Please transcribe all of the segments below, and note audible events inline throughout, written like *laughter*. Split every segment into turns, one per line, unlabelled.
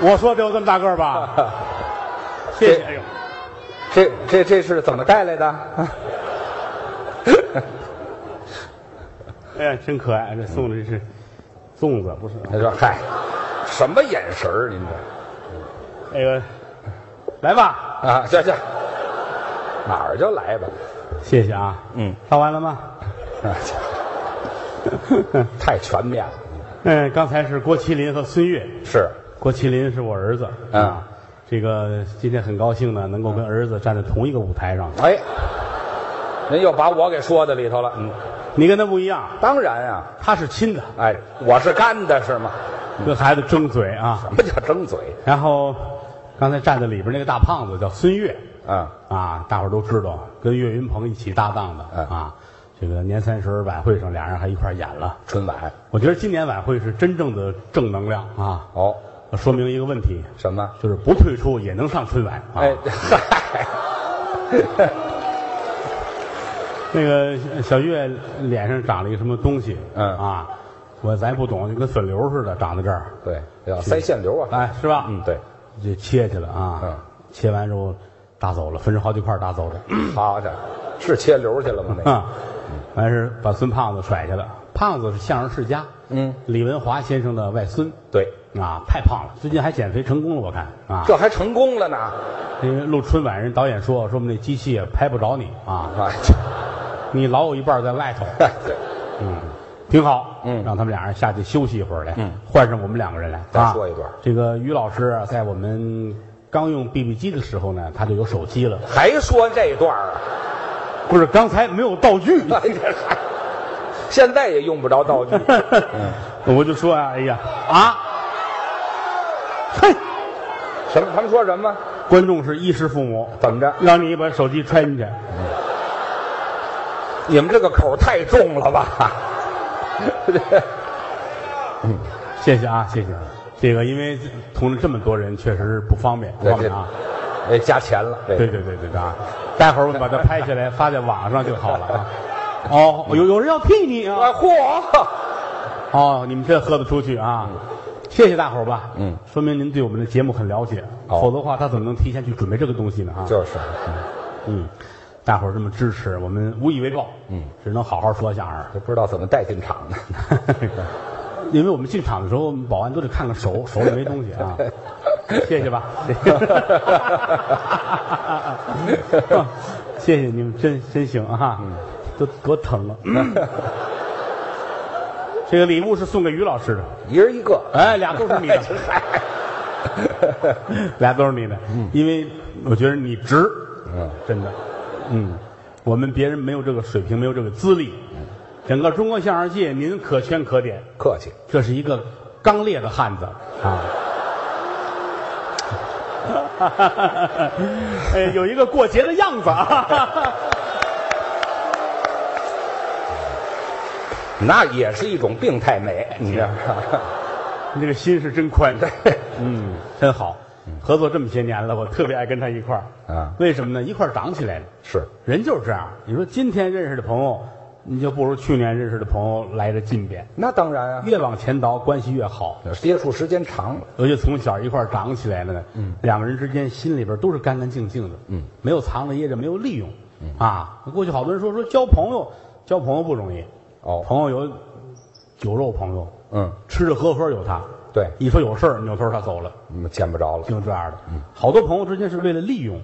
我说得有这么大个儿吧？
*laughs*
谢谢。哎呦，
这这这是怎么带来的？ *laughs*
哎呀，真可爱！这送的这是粽子，不是？
他说：“嗨，什么眼神儿？您这
那个，哎来吧，
啊，行行，哪儿就来吧。 *laughs*
谢谢啊。
嗯，
唱完了吗？
啊太全面了，
嗯，刚才是郭麒麟和孙越。
是，
郭麒麟是我儿子。
嗯
啊，这个今天很高兴呢，能够跟儿子站在同一个舞台上。
哎，您又把我给说到里头了。嗯，
你跟他不一样，
当然啊，
他是亲的，
哎，我是干的是吗？
跟孩子争嘴啊。
什么叫争嘴
然后刚才站在里边那个大胖子叫孙越。
啊？
啊，大伙儿都知道，跟岳云鹏一起搭档的、
嗯
啊。这个年三十晚会上，俩人还一块儿演了。
春晚
我觉得今年晚会是真正的正能量啊！
哦，
说明一个问题，
什么？
就是不退出也能上春晚啊。
哎，嗨，
那个小岳脸上长了一个什么东西？
嗯
啊，我咱也不懂，就跟粉瘤似的长在这儿，
*laughs* 对，要塞线流啊。
哎，是吧？
嗯，，对，
就切去了啊。
嗯
切完之后搭走了，分成好几块儿搭走的。
好家伙，是切流去了吗？那个
啊，完事儿把孙胖子甩下了。胖子是相声世家，
嗯，
李文华先生的外孙
对，
啊，太胖了，最近还减肥成功了，我看啊。
这还成功了呢。 *laughs*
因为录春晚，人导演说说我们那机器也拍不着你啊，
哎，这
你老有一半在外头，
哎 *laughs* 对
嗯，挺好，
嗯
让他们俩人下去休息一会儿来，
嗯，
换上我们两个人来
再
啊
说一段
这个于老师啊，在我们刚用 BB 机的时候呢，他就有手机了，
还说这段儿 *laughs* 啊？
不是刚才没有道
*laughs*
具，
哎这还现在也用不着 *laughs* 道具。
嗯我就说啊，哎呀啊，嘿，
什么？他们说什么？
观众是衣食父母，
怎么着？
让你把手机揣进去，
你们这个口儿太重了 *laughs* 吧？
谢谢啊，谢谢。这个因为同了这么多人，确实不方便，不
对
方便啊。
哎，加钱了。这个
对对对对对啊！待会儿我们把它拍下来发在网上就好了啊。哦，有有人要替你
啊，
啊！
嚯！
哦，你们真喝得出去啊！谢谢大伙儿吧。
嗯，
说明您对我们的节目很了解，
哦
否则的话他怎么能提前去准备这个东西呢啊？
就是，
嗯，大伙儿这么支持，我们无以为报。
嗯，
只能好好说相声。
都不知道怎么带进场的。
*laughs* 因为我们进场的时候，我们保安都得看看 *laughs* 手，手里没东西啊。谢 *laughs* 谢吧，谢谢你们，真真行啊，都多疼了。这个礼物是送给于老师的，
一人一个。
*laughs* 哎，俩都是你的，俩都是你的，因为我觉得你值，
嗯，
真的，嗯，我们别人没有这个水平，没有这个资历，整个中国相声界您可圈可点，
客气。
这是一个刚烈的汉子啊。 *laughs* 哎，有一个过节的样子啊！
那也是一种病态美，你这
*laughs* 你这个心是真宽， *laughs* 嗯，真好。合作这么些年了，我特别爱跟他一块儿
啊
为什么呢？一块儿长起来了。
是
人就是这样，你说今天认识的朋友，你就不如去年认识的朋友来的近点。
那当然啊，
越往前倒，关系越好。
接触时间长了，
尤其从小一块儿长起来的呢，嗯，两个人之间心里边都是干干净净的，
嗯，
没有藏着掖着，没有利用，嗯啊，过去好多人说说交朋友，交朋友不容易，
哦
朋友有酒肉朋友，
嗯，
吃吃喝喝有他，
对，
一说有事儿扭头他走了，
嗯见不着了，
就这样的，好多朋友之间是为了利用，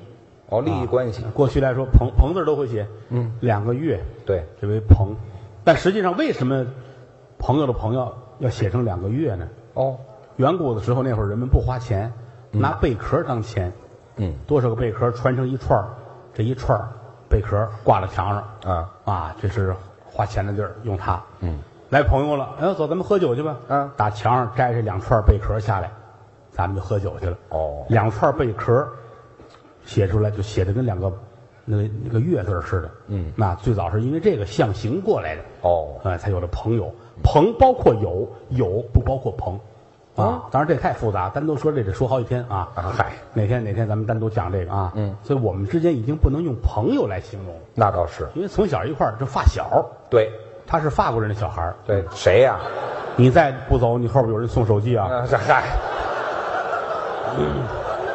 哦，利益嗯关系，
过去来说朋朋字都会写，嗯，两个月
对，
这为朋，但实际上为什么朋友的朋友要写成两个月呢？
哦，
远古的时候，那会儿人们不花钱，拿贝壳当钱，
嗯
多少个贝壳穿成一串儿这一串儿贝壳挂在墙上，
啊，
啊，这是花钱的地儿，用它。
嗯，
来朋友了，哎呦，走，咱们喝酒去吧。
嗯
打墙上摘这两串贝壳下来，咱们就喝酒去了。
哦
两串贝壳写出来就写的跟两个那个那个月字儿似的。
嗯
那最早是因为这个象形过来的。
哦，
呃，才有了朋友。朋包括友，友不包括朋，啊，当然这太复杂，单独说这得说好几天啊。
哦啊嗨，
哪天哪天咱们单独讲这个啊。
嗯，
所以我们之间已经不能用朋友来形容了，
那倒是，
因为从小一块儿这发小，
对
他是法国人的小孩儿
对，谁呀？
你再不走，你后边有人送手机啊。
啊，这嗨，嗯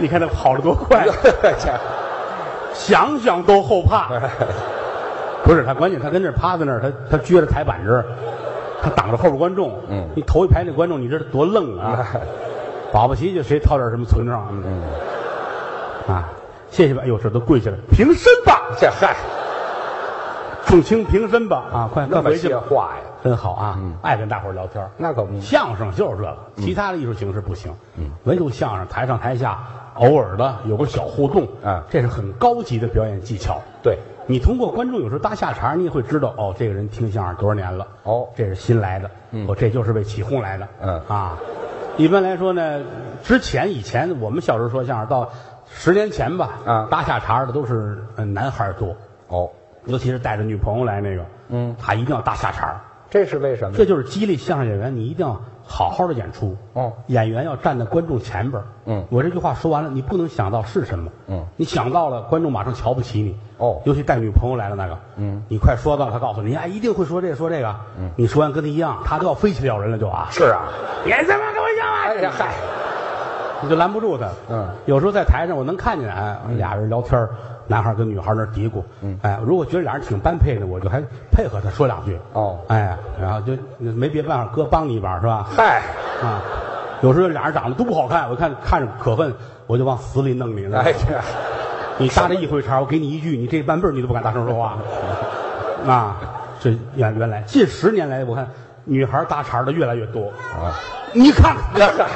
你看他跑得多快，想想都后怕。
嗯
不是他，关键他跟这儿趴在那儿，他他撅着台板这儿，他挡着后边观众。
嗯
你头一排那观众，你知道多愣啊！保不齐就谁掏点什么存账，嗯啊，谢谢吧。哎呦，这都跪下了，平身吧，
这嗨，
众卿平身吧啊！快快嗯
那么
回去
些
吧，
话呀，
真好啊！爱跟大伙儿聊天儿。
那可不。
相声就是这个，其他的艺术形式不行。唯独相声，台上台下偶尔的有个小互动，
嗯
这是很高级的表演技巧。
对，
你通过观众有时候搭下茬儿，你也会知道哦，这个人听相声多少年了，
哦
这是新来的，
嗯
哦，这就是为起哄来的，
嗯
啊。一般来说呢，之前以前我们小时候说相声，到十年前吧，
啊
搭下茬儿的都是呃男孩儿多，
哦，
尤其是带着女朋友来那个，
嗯，
他一定要搭下茬儿，
这是为什么？
这就是激励相声演员，你一定要好好的演出。
哦，
演员要站在观众前边儿
嗯
我这句话说完了，你不能想到是什么。
嗯，
你想到了，观众马上瞧不起你。
哦
尤其带女朋友来了那个。
嗯，
你快说到了，他告诉你，哎，一定会说这个说这个。嗯，你说完跟他一样，他都要飞起来咬人了，就啊，
是啊，
别他妈跟我讲
哎呀
啊，
嗨，
你就拦不住他。
嗯，
有时候在台上我能看见，哎，俩人聊天儿，男孩儿跟女孩儿那儿嘀咕。嗯，哎，如果觉得俩人挺般配的，我就还配合他说两句。
哦
哎，然后就没别办法，哥帮你一把是吧？
嗨，
啊，有时候俩人长得都不好看，我看看着可恨，我就往死里弄你呢。
哎呀，
你搭这一回茬，我给你一句，你这半辈儿你都不敢大声说话。啊，这原原来近十年来，我看女孩搭茬的越来越多。
啊，
你看看，
那嗨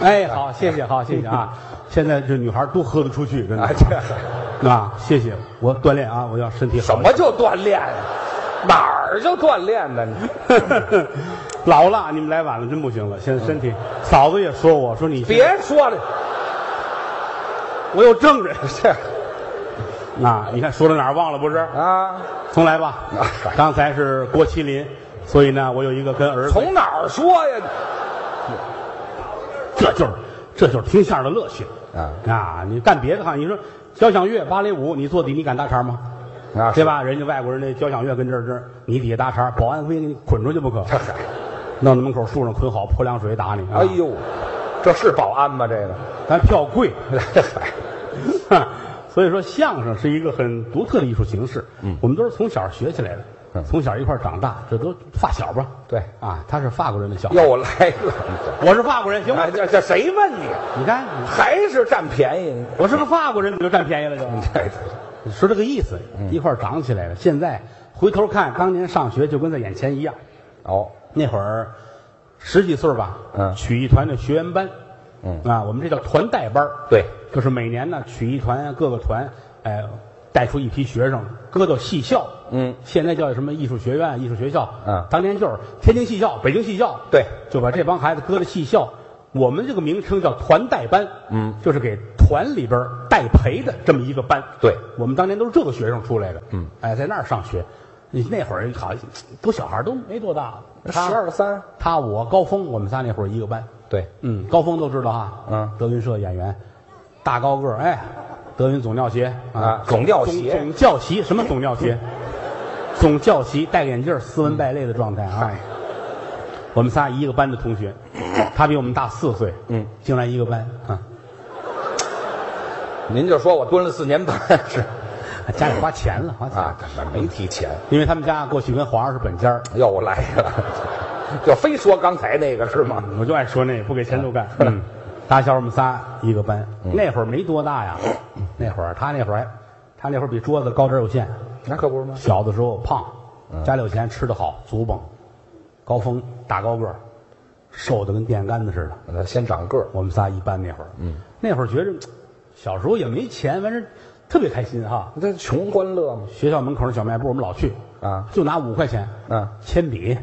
哎，好，谢谢，好，谢谢
*laughs*
啊！现在这女孩都喝得出去，真的
哎。这嗨
啊，谢谢，我锻炼啊，我要身体好
什
一
么
点。
就锻炼啊？哪儿就锻炼呢？你
*laughs* 老了，你们来晚了，真不行了。现在身体，嫂子也说我说你，
嗯别说了，
我有证人。
这
啊，你看说到哪儿忘了不是？
啊，
重来 *laughs* 吧。刚才是郭麒麟，所以呢，我有一个跟儿子，
从哪儿说呀？
这就是这就是听相声的乐趣
啊
啊！你干别的哈，你说交响乐、芭蕾舞，你坐底你敢搭茬吗？
啊
对？吧？人家外国人那交响乐跟这儿这儿，你底下搭茬，保安非给你捆出去不可，
这嗨，
弄到门口树上捆好，泼凉水打你。啊、
哎，呦，这是保安吗？这个，
咱票贵， *laughs*
这嗨，
哈所以说相声是一个很独特的艺术形式。嗯，我们都是从小学起来的，
嗯
从小一块儿长大，这都发小吧？
对
啊，他是法国人的小孩，
又来
*laughs*
了。
我是法国人，行吗
哎，？这这谁问你？
你看，
还是占便宜？
我是个法国人，你就占便宜了 *laughs* 就。嗯
这
说这个意思，一块儿长起来了。现在回头看，当年上学就跟在眼前一样。
哦，
那会儿十几岁儿吧，
嗯
曲艺团的学员班，
嗯
啊，我们这叫团带班儿
对，
就是每年呢，曲艺团啊各个团，哎，带出一批学生，搁到戏校，
嗯，
现在叫什么艺术学院、艺术学校，
嗯
当年就是天津戏校、北京戏校，
对，
就把这帮孩子搁到戏校。我们这个名称叫团带班，
嗯，
就是给团里边儿带培的这么一个班，
对，
我们当年都是这个学生出来的，
嗯，
哎，在那儿上学，你那会儿好，都小孩儿都没多大，
十二三，
他我高峰，我们仨那会儿一个班。
对，
嗯，高峰都知道哈。
嗯
德云社演员，大高个儿，哎，德云总教协
啊总教协
总总教协什么总教
*laughs*
协？总教协戴个眼镜儿，斯文败类的状态啊。
嗨
我们仨一个班的同学，他比我们大四岁，
嗯，
竟然一个班啊，
您就说我蹲了四年半是
家里花钱了，花钱了
啊，根本没提钱，
因为他们家过去跟皇上是本家儿
又来了，就非说刚才那个是吗？
我就爱说那个，不给钱就干。
啊
嗯，
*laughs*
打小我们仨一个班，
嗯
那会儿没多大呀，那会儿他那会儿还，他那会儿比桌子高点儿有限。
嗯那可不是吗？
小的时候胖，
嗯
家里有钱，吃得好，足蹦，高峰大高个儿，瘦的跟电线杆子似的。
那先长个儿，
我们仨一班那会儿，嗯，那会儿觉着小时候也没钱，反正特别开心哈。
这穷欢乐嘛。
学校门口那小卖部我们老去，
啊
就拿五块钱，
嗯，
铅笔、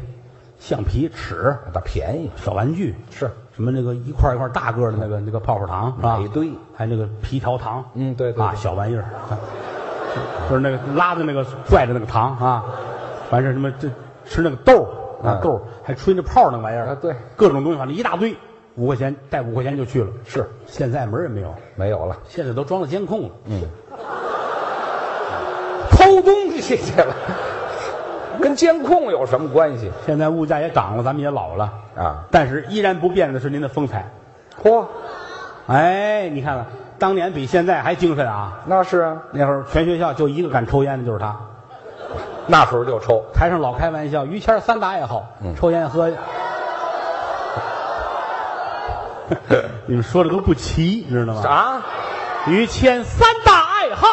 橡皮、尺、
那便宜
小玩具，
是，
什么那个一块一块大个儿的那个那个泡泡糖是吧？
买一堆
还有那个皮条糖，
嗯对对
啊，
对
小玩意儿，啊就是那个拉的那个拽着那个糖啊，完事儿什么这吃那个豆儿啊
嗯
豆儿还吹那泡儿那玩意儿
啊对，
各种东西反正一大堆，五块钱带五块钱就去了，
是
现在门儿也没有，
没有了，
现在都装了监控了，
偷东西去了。跟监控有什么关系
现在物价也涨了，咱们也老了，
啊？
但是依然不变的是您的风采。
嚯，
哎，你看看，当年比现在还精神啊！
那是啊，
那会儿全学校就一个敢抽烟的，就是他。
那时候就抽，
台上老开玩笑，于谦儿三打也好，
嗯
抽烟
*laughs*
喝。你们说的都不齐，你知道吗？
啊，
于谦三大爱好，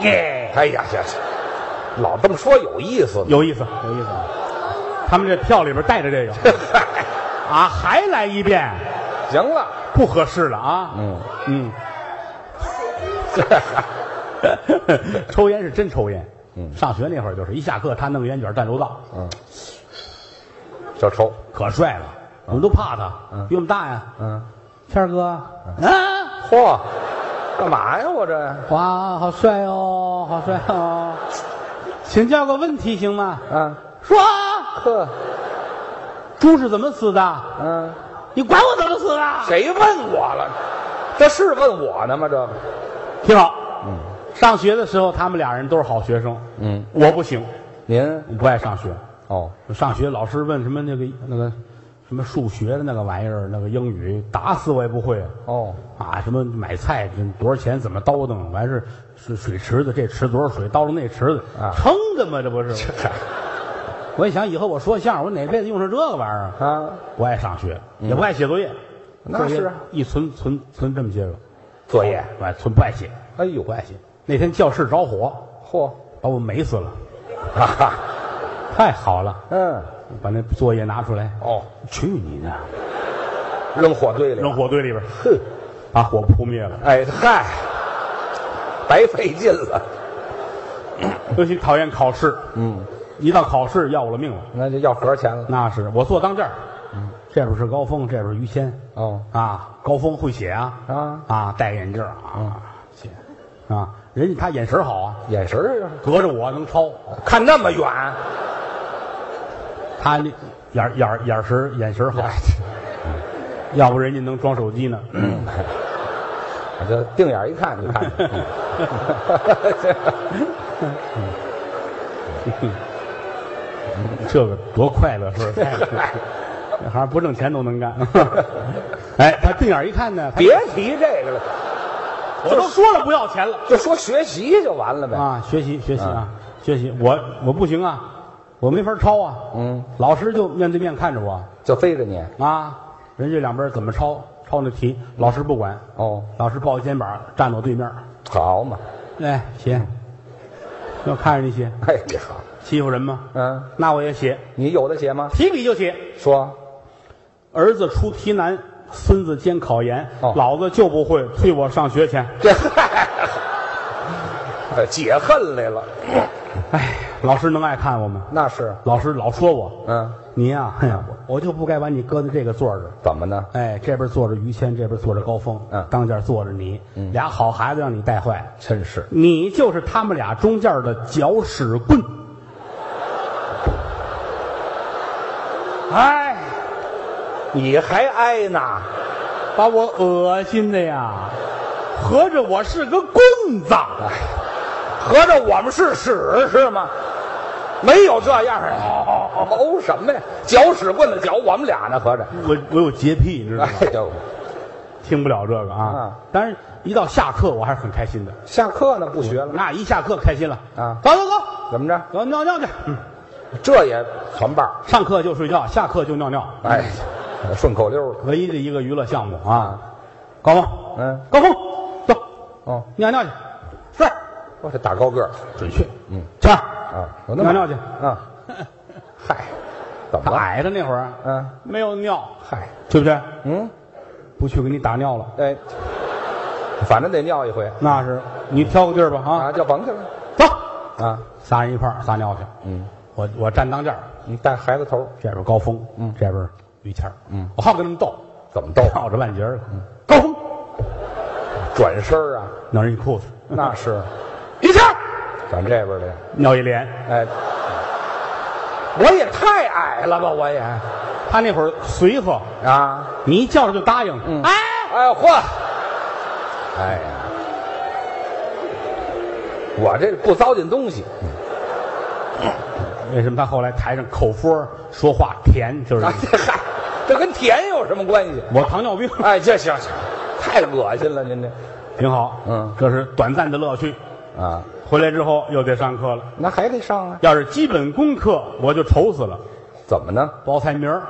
耶！哎呀，这这老这么说有意思呢。
有意思，有意思。他们这票里边带着这个
*laughs*
啊，还来一遍，
行了，
不合适了啊。
嗯，
嗯， *laughs* 抽烟是真抽烟。
嗯
上学那会儿就是一下课，他弄个烟卷站楼道，
嗯，就抽，
可帅了，我们都怕他，
嗯
比我们大呀。
嗯，
谦儿哥，啊，
嚯，干嘛呀？我这，
哇，好帅哦，好帅哦！请教个问题行吗？
啊，
说啊，
呵，
猪是怎么死的？
嗯，
你管我怎么死啊的？
谁问我了？这是问我呢吗？这个，
挺好。
嗯
上学的时候，他们俩人都是好学生，
嗯，
我不行，
您
我不爱上学。
哦，
上学老师问什么那个那个什么数学的那个玩意儿，那个英语，打死我也不会啊。
哦，
啊，什么买菜多少钱，怎么叨叨，完事水水池子，这池多少水，叨叨那池子，
啊
撑的嘛，这不是？啊我一想以后我说相声，我哪辈子用上这个玩意儿啊？
啊，
不爱上学，也不爱写作业，
那
作业
是啊
一存存存这么些个
作业，
不爱存不爱写，
哎呦
不，爱写。那天教室着火，
嚯，
把我美死了，
哈哈，
太好了，
*laughs* 嗯，
把那作业拿出来，
哦，
去你的，
扔火堆里，
扔，火堆里边，
哼，
把火扑灭了。
哎嗨，白费劲了，
尤其讨厌考试，
嗯，
一到考试要我的命了。
那就要盒钱了，
那是我坐当间儿，这边是高峰，这边是于谦
哦，
啊。高峰会写啊
啊，嗯
啊，戴眼镜儿啊写啊，人家他眼神好啊，
眼神儿
隔着我能抄
看那么远，
他那眼眼眼神眼
*laughs*
神好，
哎
要不人家能装手机呢。
我就定眼一看就看见。
这个多快乐是不 *laughs* 是？这行不挣钱都能干。哎，他定眼一看呢，他
别提这个了，
我都说了不要钱了。
就说学习就完了呗。
啊，学习学习啊，
嗯
学习，我我不行啊，我没法抄啊。
嗯，
老师就面对面看着我
就非着你。
啊，人家两边怎么抄抄那题，老师不管，
哦，
老师抱肩膀站我对面，
好嘛，
来写，要看着你写，
哎，你好，
欺负人吗？
嗯，
那我也写，
你有的写吗？
提笔就写。
说，
儿子出题难，孙子监考研，
哦
老子就不会，退我上学去。
这呃解恨来了，
哎，老师能爱看我吗？
那是，
老师老说我，
嗯，
你呀、哎呀我我就不该把你搁在这个座儿上。
怎么呢？
哎，这边坐着于谦，这边坐着高峰，
嗯
当间坐着你，俩好孩子让你带坏了，
真是，
你就是他们俩中间的搅屎棍。
哎，你还挨呢？
把我恶心的呀！合着我是个棍子，
合着我们是屎是吗？没有这样的，哦什么呀？搅屎棍子搅我们俩呢，合着。
我我有洁癖，你知道吗？
哎呦，
听不了这个啊
啊。
但是，一到下课我还是很开心的。
下课呢不学了，
那一下课开心了
啊
走走走，
怎么着？
走尿尿去。嗯，
这也传伴儿，
上课就睡觉，下课就尿尿。
哎，顺口溜了。
唯一的一个娱乐项目啊。高峰，
嗯，
高峰，走
哦，
尿尿去，帅，
我哦这大高个儿
准确。
嗯，
谦儿
啊，我那
尿尿
么
去。
*laughs* 啊，嗨，怎么
他
了？
矮的那会儿
啊嗯，
没有尿，
嗨，
对不对？
嗯，
不去给你打尿了，
哎，反正得尿一回
那是你挑个地儿吧啊，
啊，就甭去了
走，
啊，
仨人一块儿撒尿去。
嗯，
我我站当间儿，
你带孩子头儿
这边高峰，
嗯
这边于谦儿，
嗯，哦
我好跟他们斗，
怎么逗？ *laughs*
*laughs* 闹着半截儿了。高峰
转身儿啊，
尿人一裤子，
那 *laughs* 是
于谦儿
转这边儿的，
尿一脸。
哎，我也太矮了吧，我也
他那会儿随和，
啊，
你一叫他就答应。
嗯
哎，
哎嚯，哎呀，我这不糟践东西。
为什么他后来台上口播说话甜，就是
啊，这嗨， *laughs* 这跟甜有什么关系？
我糖尿病，
哎，这行行，太恶心了，您这
挺好。
嗯
这是短暂的乐趣。
啊，
回来之后又得上课了，
那还得上啊？
要是基本功课我就愁死了。
怎么呢？
报菜名儿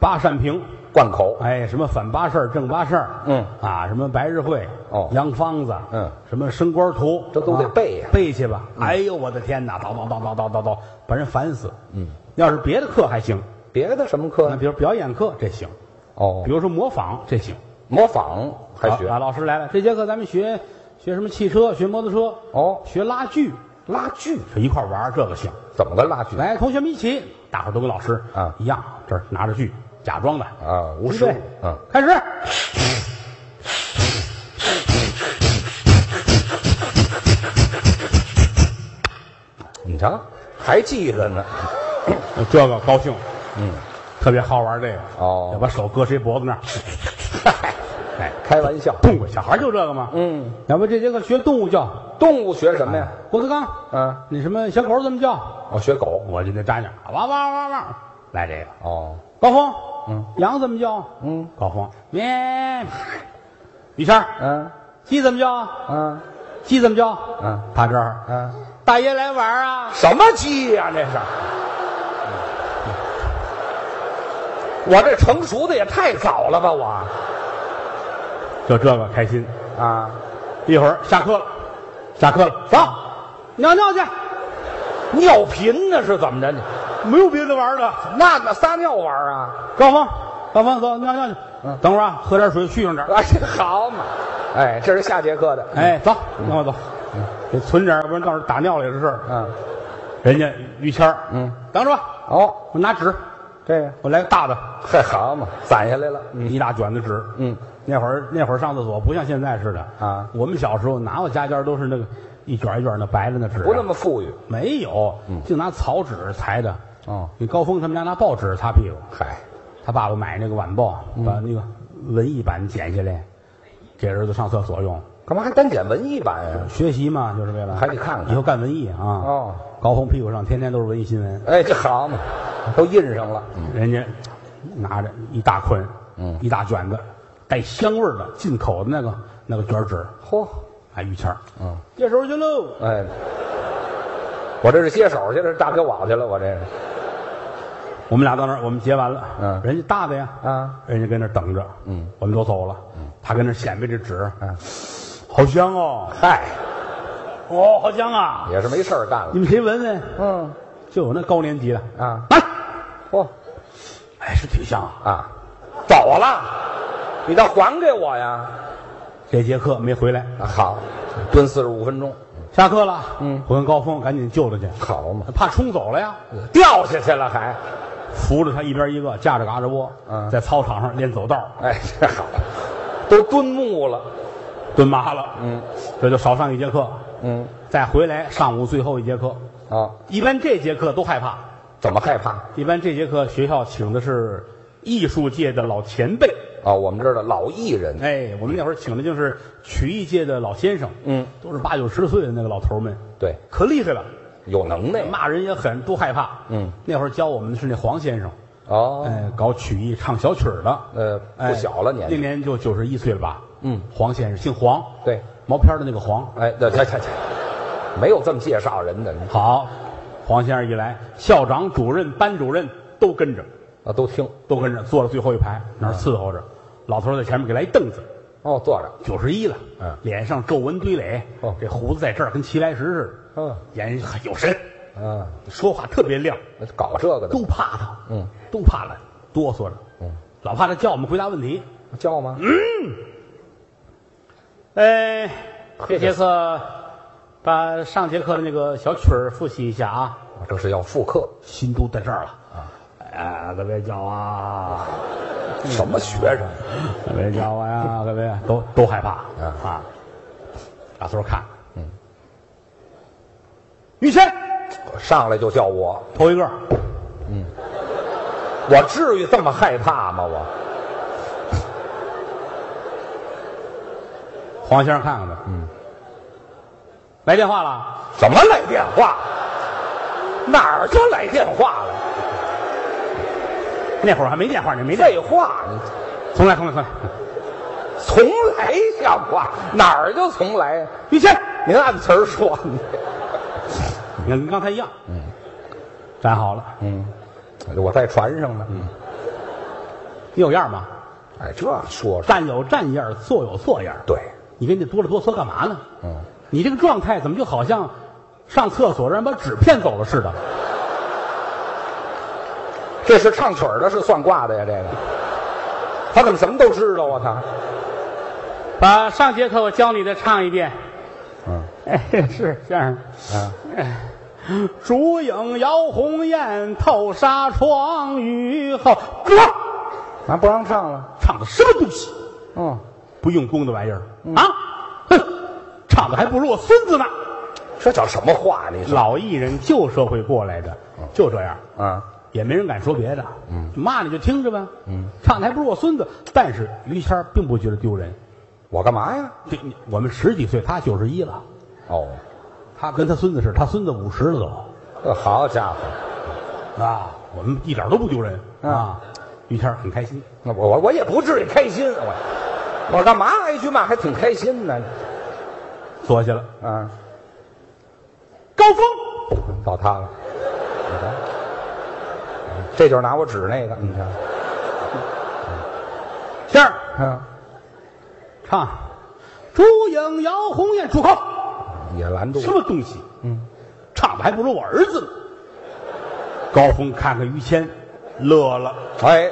八扇屏，
灌口
哎，什么反八事儿、正八事儿，
嗯
啊，什么白日会，
哦
洋方子，
嗯，
什么升官图，
这都得
啊
背呀嗯
背去吧。哎呦，我的天哪，叨叨叨叨叨叨叨，把人烦死。嗯，要是别的课还行，
别的什么课
那
呢？
比如表演课这行，
哦
比，如说模仿这行，
模仿还学
啊，老师来了，这节课咱们学学什么汽车，学摩托车，
哦
学拉锯，
拉锯？哎
这一块儿玩儿这个行。
怎么个拉锯？
来，同学们一起，大伙儿都跟老师
啊
一样，这儿拿着锯，假装的
啊无实
对
物嗯，
开始。
你瞧，还记得呢。
这个高兴，
嗯，
特别好玩这个
哦
要把手搁谁脖子那儿，哎，
开玩笑。
痛快，小孩就这个嘛。，
嗯，
要不这节课学动物叫
动物学什么呀？啊
郭德纲，
嗯，
你什么小狗怎么叫？
我哦学狗。
我就得扎眼，哇哇哇哇，来这个。
哦，
高峰，
嗯，
羊怎么叫？
嗯，
高峰，咩。于谦儿，
嗯，
鸡怎么叫？
嗯，
鸡怎么叫？
嗯，
他这儿，
嗯，
大爷来玩儿啊！
什么鸡呀、这是？我这成熟的也太早了吧，我
就这个开心。
啊！
一会儿下课了，下课了，走，尿尿去，
尿频呢是怎么着呢？
没有别的玩儿的。
那那撒尿玩啊？
高峰，高峰，走，尿尿去。
嗯
等会儿啊，喝点水，续上点儿。
哎，好嘛！哎，这是下节课的。
哎，走，嗯跟我走，得存点儿，要不然到时候打尿了也是事儿。
嗯
人家于谦儿，
嗯，
等着吧，
哦，
我拿纸，
这个
我来个大的，
嘿，好嘛，攒下来了。
一大卷子纸。
嗯，
那会儿那会儿上厕所不像现在似的
啊
我们小时候哪有家家都是那个一卷一卷的白的那纸、啊嗯
不那么富裕。
没有，就拿草纸裁的。
哦，
你高峰他们家拿报纸擦屁股，
嗨，
他爸爸买那个晚报，
嗯
把那个文艺版剪下来，给儿子上厕所用。
干嘛还单捡文艺版呀、
学习嘛，就是为了
还得看看
以后干文艺啊。
哦，
高峰屁股上天天都是文艺新闻，
哎，这好嘛，都印上了。
人家拿着一大捆，
嗯
一大卷子带香味儿的进口的那个那个卷纸，
嚯，
哎，于谦儿
嗯，
接手去喽。
哎，我这是接手去了，是大哥瓦去了，我这是。
我们俩到那儿，我们结完了，
嗯
人家大的呀，
啊，
人家跟那儿等着，
嗯，
我们都走了，他跟那儿显摆这纸，
嗯，
好香哦，
嗨，
哦，好香啊！
也是没事儿干了
你。们谁闻闻？
嗯，
就我那高年级的
啊，
来，
嚯
哎，是挺香啊。
啊，走了，你倒还给我呀！
这节课没回来，
啊好，蹲四十五分钟，
下课了，
嗯
我跟高峰赶紧救他去，
好嘛，
怕冲走了呀，
掉下去了还。
扶着他一边一个，架着嘎吱窝，
嗯
在操场上练走道，
哎，这好，都蹲木了。
蹲麻了，
嗯
这就少上一节课，
嗯，
再回来上午最后一节课，
啊，
一般这节课都害怕，
怎么害怕？
一般这节课学校请的是艺术界的老前辈，
哦，我们这儿的老艺人，
哎，我们那会儿请的就是曲艺界的老先生，
嗯，
都是八九十岁的那个老头儿们，
对，
可厉害了，
有能耐嘛。
骂人也狠，都害怕，
嗯，
那会儿教我们的是那黄先生，
哦，
哎，搞曲艺唱小曲儿的，哎
呃，不小了年
那
纪。
年就九十一岁了吧？
嗯，
黄先生姓黄，
对，
毛片儿的那个黄。
哎，那这这这，没有这么介绍人的，
好，黄先生一来，校长、主任、班主任都跟着，
啊，都听。
都跟着，坐在最后一排那
嗯
儿伺候着。老头儿在前面给来一凳子，
哦，坐着。
九十一了，
嗯
脸上皱纹堆垒，
哦
这胡子在这儿跟齐白石似的，
嗯
眼很有神，
嗯，
说话特别亮，
那搞这个的
都怕他，
嗯，
都怕他，哆嗦着，
嗯，
老怕他叫我们回答问题。
叫吗？
哎，这
嘿
节课把上节课的那个小曲儿复习一下啊，
啊这是要复刻，
心都在这儿了啊！哎，各位叫啊，
什么学生？
各位叫我呀， *laughs* 各位都都害怕
嗯
啊！大头看，嗯，于谦
上来就叫我，
头一个，
我至于这么害怕吗？我
黄先生看看他，嗯，来电话了，
怎么来电话？哪儿就来电话了？
那会儿还没电话呢，没电
废话，
重来，重来，重来，
从来像话？哪儿就从来呀？
于谦，
您按词儿说，
你看跟刚才一样，嗯，站好了，
嗯，我在船上呢。嗯，
你有样吗？
哎，这说说
站有站样，坐有坐样。
对，
你跟这哆里哆嗦干嘛呢？
嗯，
你这个状态怎么就好像上厕所让人把纸骗走了似的？
这是唱曲儿的，是算卦的呀？这个，他怎么什么都知道啊？他，
把上节课我教你的唱一遍。
嗯
*laughs* 哎，是先生。
啊，
烛影摇红雁，透纱窗雨后。哥，
咱不让唱了。
唱的什么东西？
嗯，
不用功的玩意儿、啊！哼，唱的还不如我孙子呢。
这叫什么话？你说
老艺人旧社会过来的，就这样，
啊？
也没人敢说别的。嗯，骂你就听着吧。嗯，唱的还不如我孙子。但是于谦儿并不觉得丢人。
我干嘛呀？
这你我们十几岁，他九十一了，
哦，
他跟他孙子似的，他孙子五十了都
这呃好家伙，
啊，我们一点都不丢人啊。于谦儿很开心，
那我我我也不至于开心，啊我我干嘛挨句骂还挺开心呢？
坐下了。
啊，
高峰，
到他了，你看，这就是拿我指那个，你看，
先生
啊，
唱《烛影摇红雁》，住口！
也拦住
什么东西？
嗯，
唱的还不如我儿子呢。高峰看看于谦，乐了。
哎，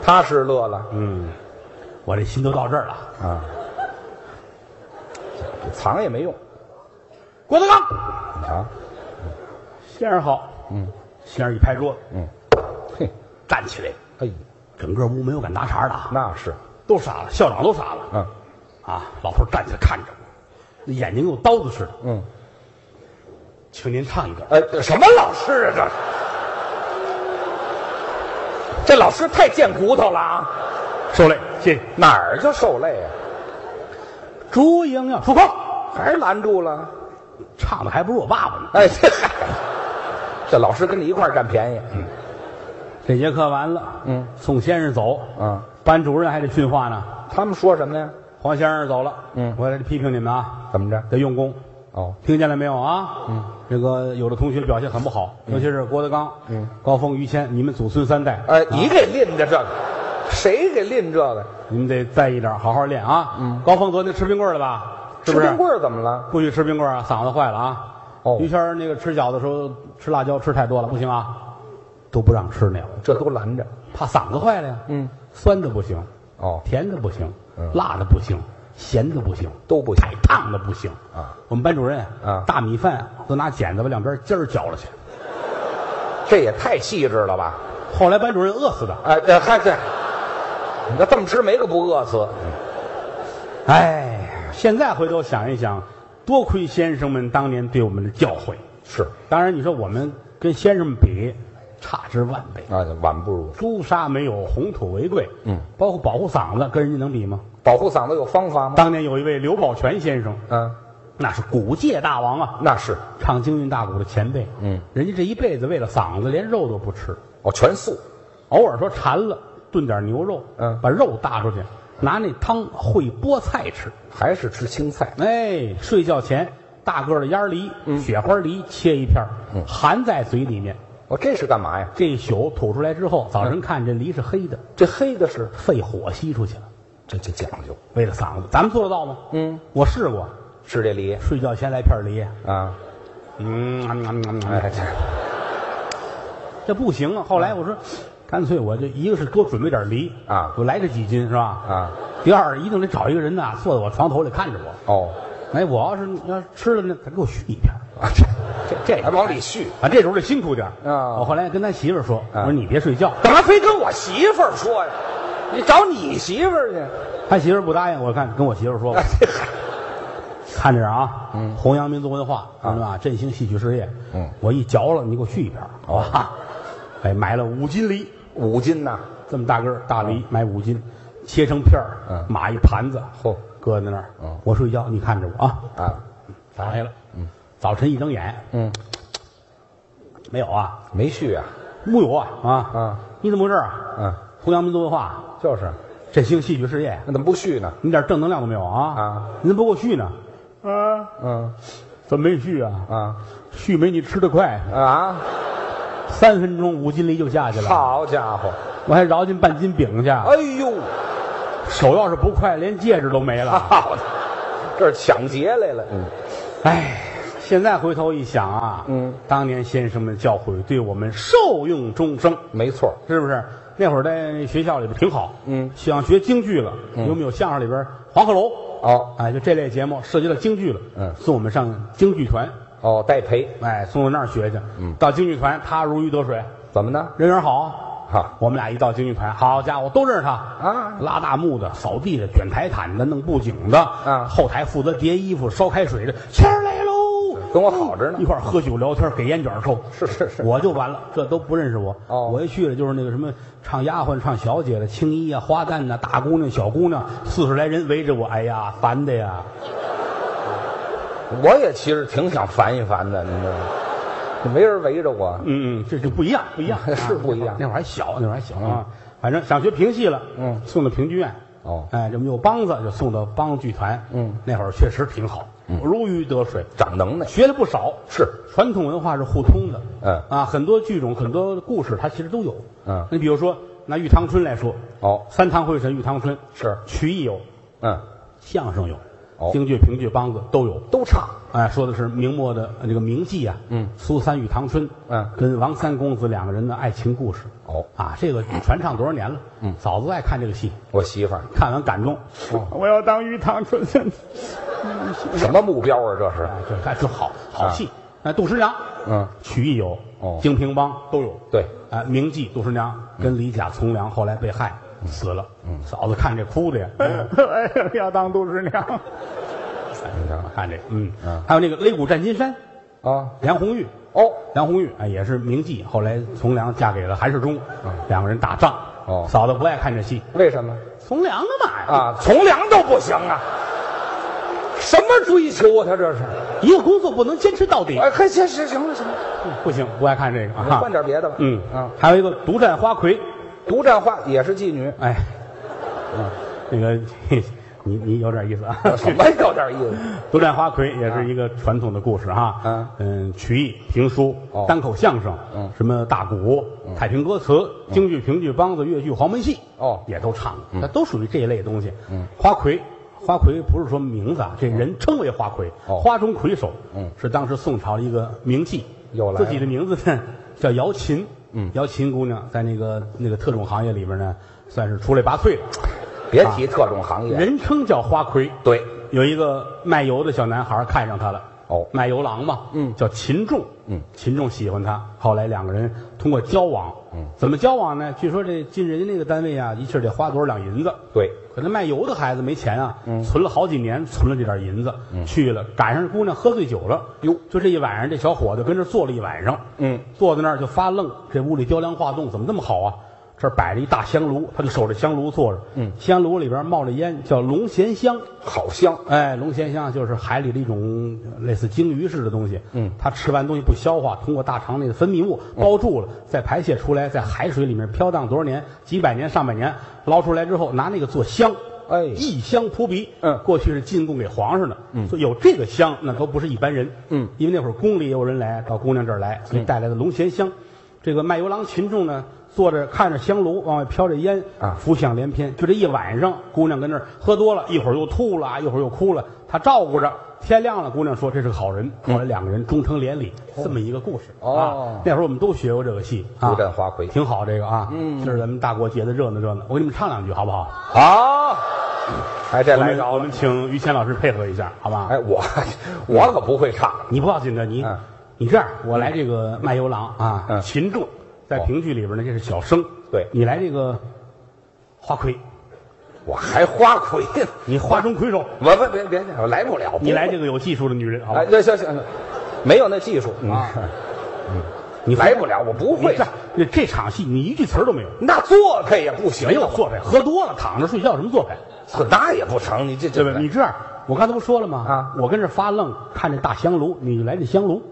他是乐了
嗯，我这心都到这儿了。
啊，藏也没用，
郭德纲
你瞧，
先生好，
嗯
先生一拍桌子
嗯，嘿，
站起来，
哎，
整个屋没有敢搭茬的啊，
那是，
都傻了，校长都傻了
嗯
啊！老头站起来看着我，那眼睛跟我刀子似的，
嗯，
请您唱一段。
哎，什么老师啊这？这老师太贱骨头了啊！
受累，谢谢。
哪儿就受累啊？
烛影呀，出口，
还是拦住了？
唱的还不如我爸爸呢。
*laughs* 哎，这这老师跟你一块儿占便宜。
这节课完了，
嗯，
送先生走，
嗯，
班主任还得训话呢。
他们说什么呀？
黄先生走了，
嗯
我来批评你们啊，
怎么着？
得用功，
哦，
听见了没有啊？
嗯，
这个有的同学表现很不好，尤其是郭德纲、
嗯，
高峰、于谦，你们祖孙三代，
哎，
啊
你给拎的这个，谁给拎这个？
你们得在意点，好好练啊。嗯，高峰昨天吃冰棍儿了吧？是
吃
不是
冰棍儿怎么了？
不许吃冰棍儿啊，嗓子坏了啊。
哦
于谦儿那个吃饺子的时候吃辣椒吃太多了，不行啊，都不让吃那个，
这都拦着。
怕嗓子坏了呀。
嗯，
酸的不行，
哦，
甜的不行，
嗯
辣的不行，咸的不行，
都不行
太烫的不行
啊！
我们班主任
啊
大米饭都拿剪子把两边尖儿绞了去。
这也太细致了吧？
后来班主任饿死的，
哎，这还这，你这这么吃没个不饿死。
哎，现在回头想一想，多亏先生们当年对我们的教诲。
是，
当然，你说我们跟先生们比，差之万倍。
啊，晚不如
朱砂没有，红土为贵。
嗯，
包括保护嗓子，跟人家能比吗？
保护嗓子有方法吗？
当年有一位刘宝全先生，
嗯，
那是古界大王啊，
那是
唱京韵大鼓的前辈。
嗯，
人家这一辈子为了嗓子连肉都不吃，
哦，全素。
偶尔说馋了炖点牛肉，
嗯
把肉搭出去，拿那汤烩菠菜吃。
还是吃青菜，
哎，睡觉前大个儿的烟梨、
嗯
雪花梨切一片儿，含在嘴里面，
哦，这是干嘛呀？
这一宿吐出来之后，早晨看这梨是黑的，
这黑的是，
肺火吸出去了。
这这讲究，
为了嗓子，咱们做得到吗？
嗯，
我试过，
吃这梨
睡觉前来片梨，
啊，
嗯，
哎，这
这不行啊。后来我说，干脆我这一个是多准备点梨
嗯啊
我来这几斤是吧？
啊，
第二一定得找一个人呐，坐在我床头里看着我。
哦，
哎，我要是要是吃了呢，他给我续一片儿。
啊，这
这这
还往里续，
啊，这时候得辛苦点儿
啊
我后来跟他媳妇儿说，我
啊
说你别睡觉，
干嘛非跟我媳妇儿说呀？你找你媳妇儿去？
他媳妇儿不答应。我看跟我媳妇儿说
*laughs*
吧，看着啊，
嗯啊
弘扬民族文化，知道吧？振兴戏曲事业。
嗯
我一嚼了，你给我续一片儿，好吧？哎，买了五斤梨，
五斤呐，啊
这么大个儿大梨，买五斤，切成片儿
嗯，
码一盘子，
嚯，
搁在那儿
哦。
我睡觉，你看着我啊。
啊，
躺下了。嗯，早晨一睁眼，
嗯，
没有啊，
没续啊，
木有啊啊
啊！
你怎么回事啊？
嗯，
弘扬民族文化，
就是，
振兴戏曲事业，
那怎么不续呢？
你点正能量都没有啊？
啊，
你怎么不给我续呢？啊，
嗯
怎么没续啊？
啊
续没你吃的快，
啊，
三分钟五斤梨就下去了，
好家伙，
我还饶进半斤饼去。
哎呦，
手要是不快，连戒指都没了。
好的，这儿抢劫来了，嗯
哎，现在回头一想啊，
嗯，
当年先生们教诲对我们受用终生，
没错儿，
是不是？那会儿在学校里边挺好，
嗯
想学京剧了，有没有相声里边黄鹤楼？
哦
哎，就这类节目涉及到京剧了，
嗯
送我们上京剧团，
哦，戴培
哎，送到那儿学去，
嗯
到京剧团他如鱼得水，
怎么呢？
人缘好。
哈
我们俩一到京剧团，好家伙，都认识他
啊
拉大幕的、扫地的、卷台毯的、弄布景的，
啊
后台负责叠衣服、烧开水的，谦儿来喽，
跟我好着呢
一块儿喝酒聊天，给烟卷抽，
是是是
我就完了，这都不认识我。
哦
我一去了就是那个什么唱丫鬟、唱小姐的、青衣啊、花旦呐、大姑娘、小姑娘，四十来人围着我，哎呀，烦的呀！
我也其实挺想烦一烦的，你知道吗？没人围着我，
嗯嗯，这就不一样，不一样，
*laughs*
啊
是不一样
那会儿还小，那会儿还小啊。反正想学评戏了，
嗯
送到评剧院。
哦
哎，这么有梆子就送到梆子剧团。
嗯，
那会儿确实挺好，如鱼得水，
长能耐
学了不少。
是
传统文化是互通的。
嗯
啊，很多剧种、很多故事，它其实都有。
嗯
你比如说拿《玉堂春》来说，
哦，
三堂会审《玉堂春》
是
曲艺有，
嗯，
相声有，
哦
京剧、评剧、梆子都有。
都唱
哎，说的是明末的呃这个名妓啊，
嗯
苏三与唐春，
嗯
跟王三公子两个人的爱情故事。
哦
啊，这个传唱多少年了？嗯，嫂子爱看这个戏，
我媳妇儿
看完感动，
哦
我要当玉堂春。
什么目标啊？这是
哎，这看这好好戏。那杜十娘，
嗯，
曲艺有，
啊哦嗯
京评梆都有。
对，
啊，名妓杜十娘跟李甲从良后来被害
嗯
死了，嫂子看这哭的呀，哎，要当杜十娘。 *laughs*
你看
看这个，嗯
嗯，
还有那个擂鼓战金山，
啊
梁红玉，
哦
梁红玉啊，也是名妓，后来从良嫁给了韩世忠，两个人打仗。
嗯哦
嫂子不爱看这戏，
为什么
从良干嘛呀？
啊？从良都不行啊？什么追求啊？他这是？
一个工作不能坚持到底，
哎，嘿，行行行了行了，
不行，不爱看这个啊。
换点别的吧。
嗯
啊，
还有一个独占花魁，
独占花也是妓 *laughs* 女，
哎， *laughs* 嗯，那个 *laughs* 你你有点意
*laughs*
思啊。
什么有点意思？
独占花魁也是一个传统的故事哈、
嗯
嗯，曲艺、评书、
哦
单口相声，
嗯
什么大鼓、太平歌词、京剧、评剧、梆子、越剧、黄梅戏，
哦
也都唱，那、都属于这一类东西。嗯，花魁，花魁不是说名字啊，这人称为花魁，
哦
花中魁首，
嗯
是当时宋朝一个名妓，
又来了
自己的名字呢 *laughs* 叫姚琴，嗯，姚琴姑娘在那个那个特种行业里边呢，算是出类拔萃了，
别提特种行业，
人称叫花魁，
对，
有一个卖油的小男孩看上她了。
哦
卖油郎嘛，
嗯
叫秦仲，
嗯，
秦仲喜欢她。后来两个人通过交往，嗯，怎么交往呢？据说这进人家那个单位啊，一气儿得花多少两银子。
对，
可那卖油的孩子没钱啊，
嗯
存了好几年，存了这点银子，去了赶上姑娘喝醉酒了，
哟
就这一晚上，这小伙子跟这坐了一晚上，
嗯，
坐在那儿就发愣，这屋里雕梁画栋，怎么这么好啊？这儿摆着一大香炉，他就守着香炉坐着，嗯，香炉里边冒着烟，叫龙涎香，
好香，
哎，龙涎香就是海里的一种类似鲸鱼似的东西。嗯，它吃完东西不消化，通过大肠内的分泌物包住了，再排泄出来，在海水里面飘荡多少年，几百年、上百年，捞出来之后拿那个做香。
哎
异香扑鼻。
嗯
过去是进贡给皇上的，嗯，所以有这个香，那都不是一般人。
嗯，
因为那会儿宫里也有人来到姑娘这儿来，所以带来的龙涎香。这个卖油郎秦仲呢，坐着看着香炉往外飘着烟
啊
浮想联翩。就这一晚上，姑娘跟那儿喝多了，一会儿又吐了，一会儿又哭了，他照顾着。天亮了，姑娘说这是个好人。后来两个人终成连理，这么一个故事
嗯哦
啊。那会儿我们都学过这个戏啊，
独占花魁
挺好这个啊。嗯，这是咱们大国节的热闹热闹，我给你们唱两句好不好？
好，哎，这
我
来
们
着，
我们请于谦老师配合一下，好吧？
哎，我我可不会唱，
你不要紧的，你、
嗯
你这样，我来这个卖油郎啊，
嗯
秦仲在评剧里边呢，这是小生，
对
你来这个花魁，
我还花魁呢，
你花中魁首，
我不别别，我来不了，不会哎
你来这个有技术的女人，好吧
哎，？那行行，没有那技术嗯
啊你
啊来不了，我不
你
会。
这这这场戏你一句词儿都没有，
那做配也不行，
没有做派，喝多了躺着睡觉什么做派？
那也不成。你这这
对吧？你这样，我刚才不说了吗？
啊，
我跟这发愣，看这大香炉，你来这香炉，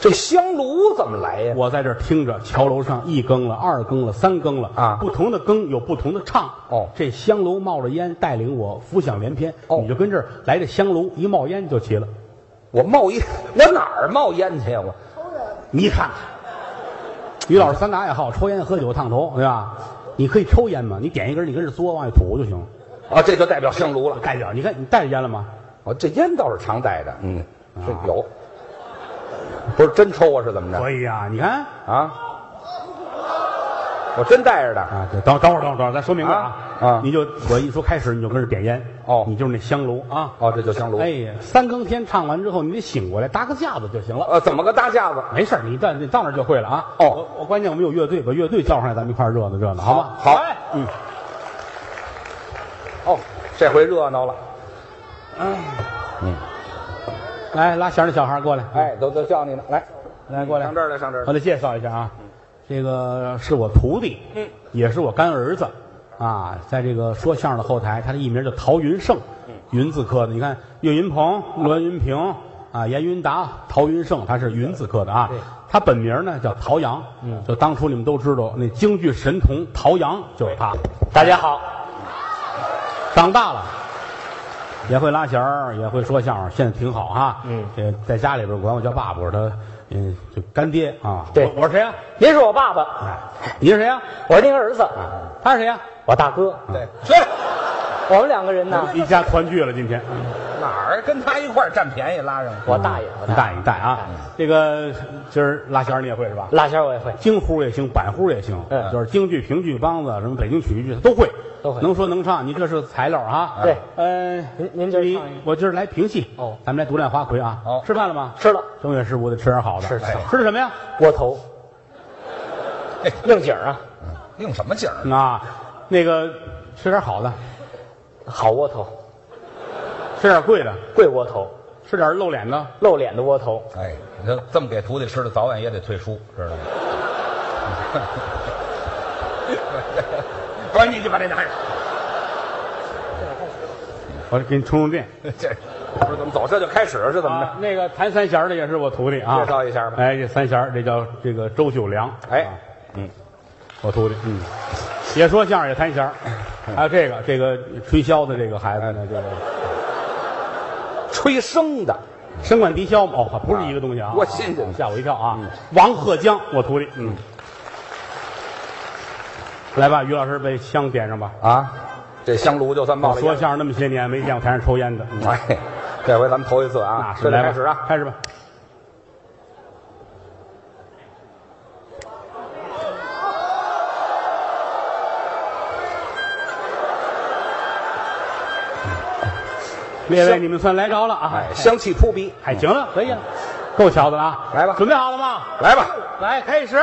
这香炉怎么来呀？
我在这儿听着，桥楼上一更了，二更了，三更了
啊
不同的更有不同的唱。
哦
这香炉冒着烟，带领我浮想联翩。
哦
你就跟这儿来这香炉，一冒烟就齐了。
我冒烟，我哪儿冒烟去呀？我
你看看，于老师三大爱好：抽烟、喝酒、烫头，对吧？你可以抽烟吗？你点一根，你跟这儿嘬往外吐就行了。
啊，这就代表香炉了。
代表，你看你带着烟了吗？
哦，这烟倒是常带的，嗯，是有，不是真抽啊？是怎么着
所以呀、你看
啊？我真带着的，
啊，对等等会儿，等会儿，等会儿，咱说明白啊
啊啊
你就我一说开始，你就跟这儿点烟
哦
你就是那香炉啊。
哦，这就香炉。
哎，呀，三更天唱完之后，你得醒过来搭个架子就行了。
呃，怎么个搭架子？
没事儿，你到你到那儿就会了啊。
哦
我我关键我们有乐队，把乐队叫上来，咱们一块儿热闹热闹，好吗？
好
哎嗯，
哦，这回热闹了，
来拉弦儿的小孩儿过来，
哎，都都叫你呢，来，
来过来
上这儿来，上这儿
我
来。
得介绍一下啊，这个是我徒弟，
嗯，
也是我干儿子，啊，在这个说相声的后台，他的艺名叫陶云胜，云字科的。你看岳云鹏、栾云平啊、严云达、陶云胜，他是云字科的啊
对。
他本名呢叫陶阳，嗯，就当初你们都知道那京剧神童陶阳就是他。大家好，长大了。也会拉弦儿，也会说相声，现在挺好哈。
嗯
这在家里边管我叫爸爸，我是他，嗯，就干爹啊。
对
我我是谁呀、
您是我爸爸，
哎，你是谁呀、
我是您儿子，
他是谁呀、啊
我大哥。对，去，
我们两个人呢，
一家团聚了，今天。
哪儿跟他一块儿占便宜拉上
我大爷，我
你
大
带
爷，嗯
你带啊！这个今儿拉弦儿你也会是吧？
拉弦儿我也会，
京胡也行，板胡也行，
嗯
就是京剧、评剧、梆子什么北京曲艺剧，他都会，
都会
能说能唱。你这是材料啊？
对
呃，
您您今儿
你
唱一个
我今儿来评戏
哦
咱们来独占花魁啊！
哦
吃饭了吗？
吃了
正月十五得吃点好的，
吃吃
哎吃的什么呀？
窝头
哎，
应景儿啊，
用什么景儿？
啊，那个吃点好的，
好窝头，
吃点贵的，
贵窝头，
吃点露脸的。
露脸的窝头，
哎，你说这么给徒弟吃的，早晚也得退出，知道 *laughs* 吗？不是，你就把这拿上。
我给你充充电。
*laughs* 这不是怎么走？这就开始是怎么
啊
着？，
那个弹三弦儿的也是我徒弟啊，
介绍一下吧
哎，这三弦儿这叫这个周九良，
哎
啊，嗯，我徒弟，嗯，也说相声也弹弦
*laughs*
儿，还有这个这个吹箫的这个孩
哎
子呢，这个
吹笙的，
笙管笛箫嘛，哦，不是一个东西啊，
我信嗯信
吓我一跳啊！王鹤江，我徒弟，嗯，来吧，于老师把香点上吧。
啊，这香炉就算冒
我
了
说
烟。
相声那么些年，没见过台上抽烟的，嗯
哎，这回咱们头一次
那
啊，
是
这就
来吧
开始啊，
开始吧。列位，你们算来着了啊！
哎，香气扑鼻，
哎，行了，可以了，够巧的了啊！
来吧
准备好了吗？
来吧， *laughs*
来，开始。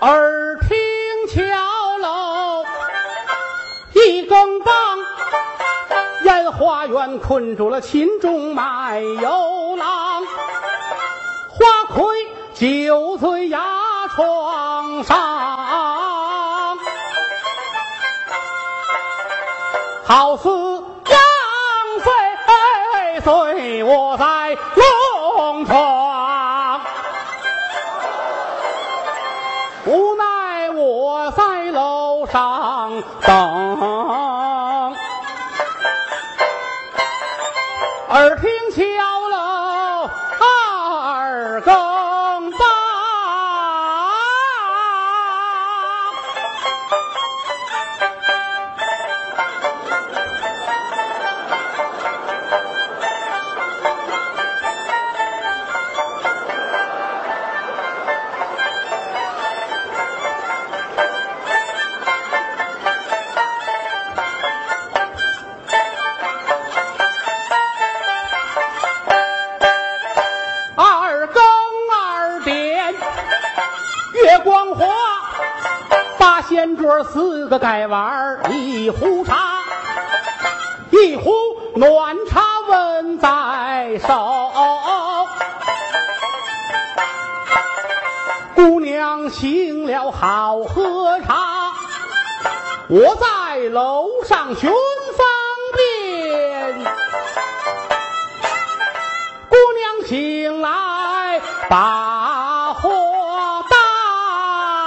耳听桥楼一更棒，烟花园困住了秦中卖油郎，花魁酒醉牙床上，好似杨妃随我在龙床。无奈我在楼上等，耳听敲楼二更半，边桌四个盖碗儿一壶茶，一壶暖茶温在手。姑娘醒了好喝茶，我在楼上寻芳遍。姑娘醒来把火大，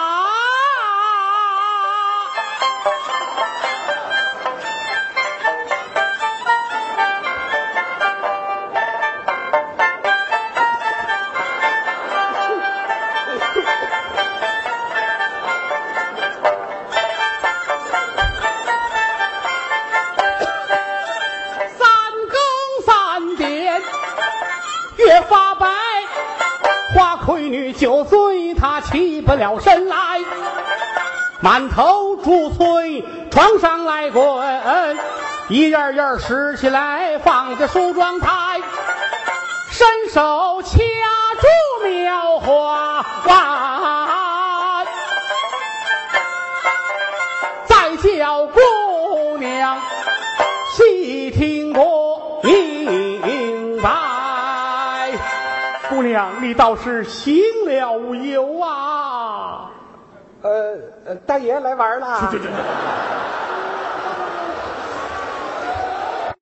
三更三点月发白，花魁女酒醉，她起不了身来，满头珠翠床上来滚，一页页拾起来放在梳妆台，伸手掐住棉花碗，再叫姑娘。细听我明白，姑娘，你倒是行了无忧啊！
呃，呃大爷来玩啦！
这这这，